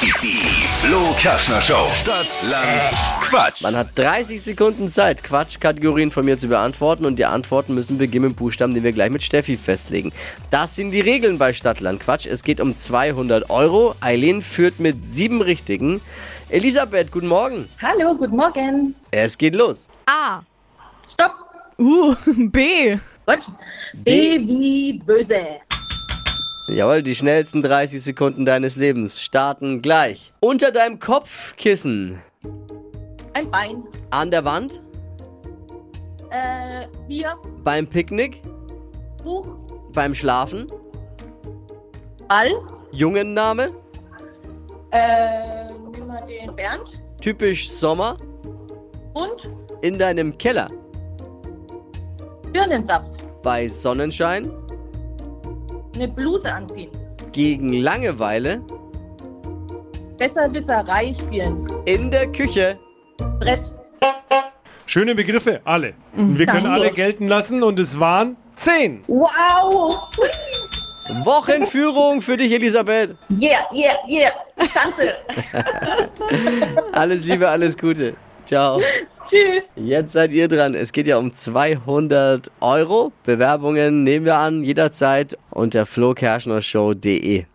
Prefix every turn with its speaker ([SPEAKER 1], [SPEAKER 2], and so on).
[SPEAKER 1] Die Flo Kaschner Show. Stadt, Land, Quatsch.
[SPEAKER 2] Man hat 30 Sekunden Zeit, Quatschkategorien von mir zu beantworten und die Antworten müssen beginnen mit Buchstaben, den wir gleich mit Steffi festlegen. Das sind die Regeln bei Stadtland Quatsch. Es geht um 200 Euro. Eileen führt mit sieben Richtigen. Elisabeth, guten Morgen.
[SPEAKER 3] Hallo, guten Morgen.
[SPEAKER 2] Es geht los.
[SPEAKER 4] A.
[SPEAKER 3] Stopp.
[SPEAKER 4] U. B.
[SPEAKER 3] Gut.
[SPEAKER 2] B.
[SPEAKER 3] B wie böse.
[SPEAKER 2] Jawohl, die schnellsten 30 Sekunden deines Lebens starten gleich. Unter deinem Kopfkissen.
[SPEAKER 3] Ein Bein.
[SPEAKER 2] An der Wand.
[SPEAKER 3] Äh, wir.
[SPEAKER 2] Beim Picknick.
[SPEAKER 3] Buch.
[SPEAKER 2] Beim Schlafen.
[SPEAKER 3] Ball.
[SPEAKER 2] Jungenname.
[SPEAKER 3] Äh, nimm mal den Bernd.
[SPEAKER 2] Typisch Sommer.
[SPEAKER 3] Und
[SPEAKER 2] In deinem Keller.
[SPEAKER 3] Birnensaft.
[SPEAKER 2] Bei Sonnenschein.
[SPEAKER 3] Eine Bluse anziehen.
[SPEAKER 2] gegen Langeweile
[SPEAKER 3] Besserwisserei spielen.
[SPEAKER 2] in der Küche.
[SPEAKER 3] Brett.
[SPEAKER 5] Schöne Begriffe, alle. Und wir können alle gelten lassen und es waren zehn.
[SPEAKER 3] Wow.
[SPEAKER 2] Wochenführung für dich, Elisabeth.
[SPEAKER 3] Yeah, yeah, yeah. Tanze.
[SPEAKER 2] Alles Liebe, alles Gute. Ciao.
[SPEAKER 3] Tschüss.
[SPEAKER 2] Jetzt seid ihr dran. Es geht ja um 200 Euro. Bewerbungen nehmen wir an jederzeit unter flokerschnershow.de.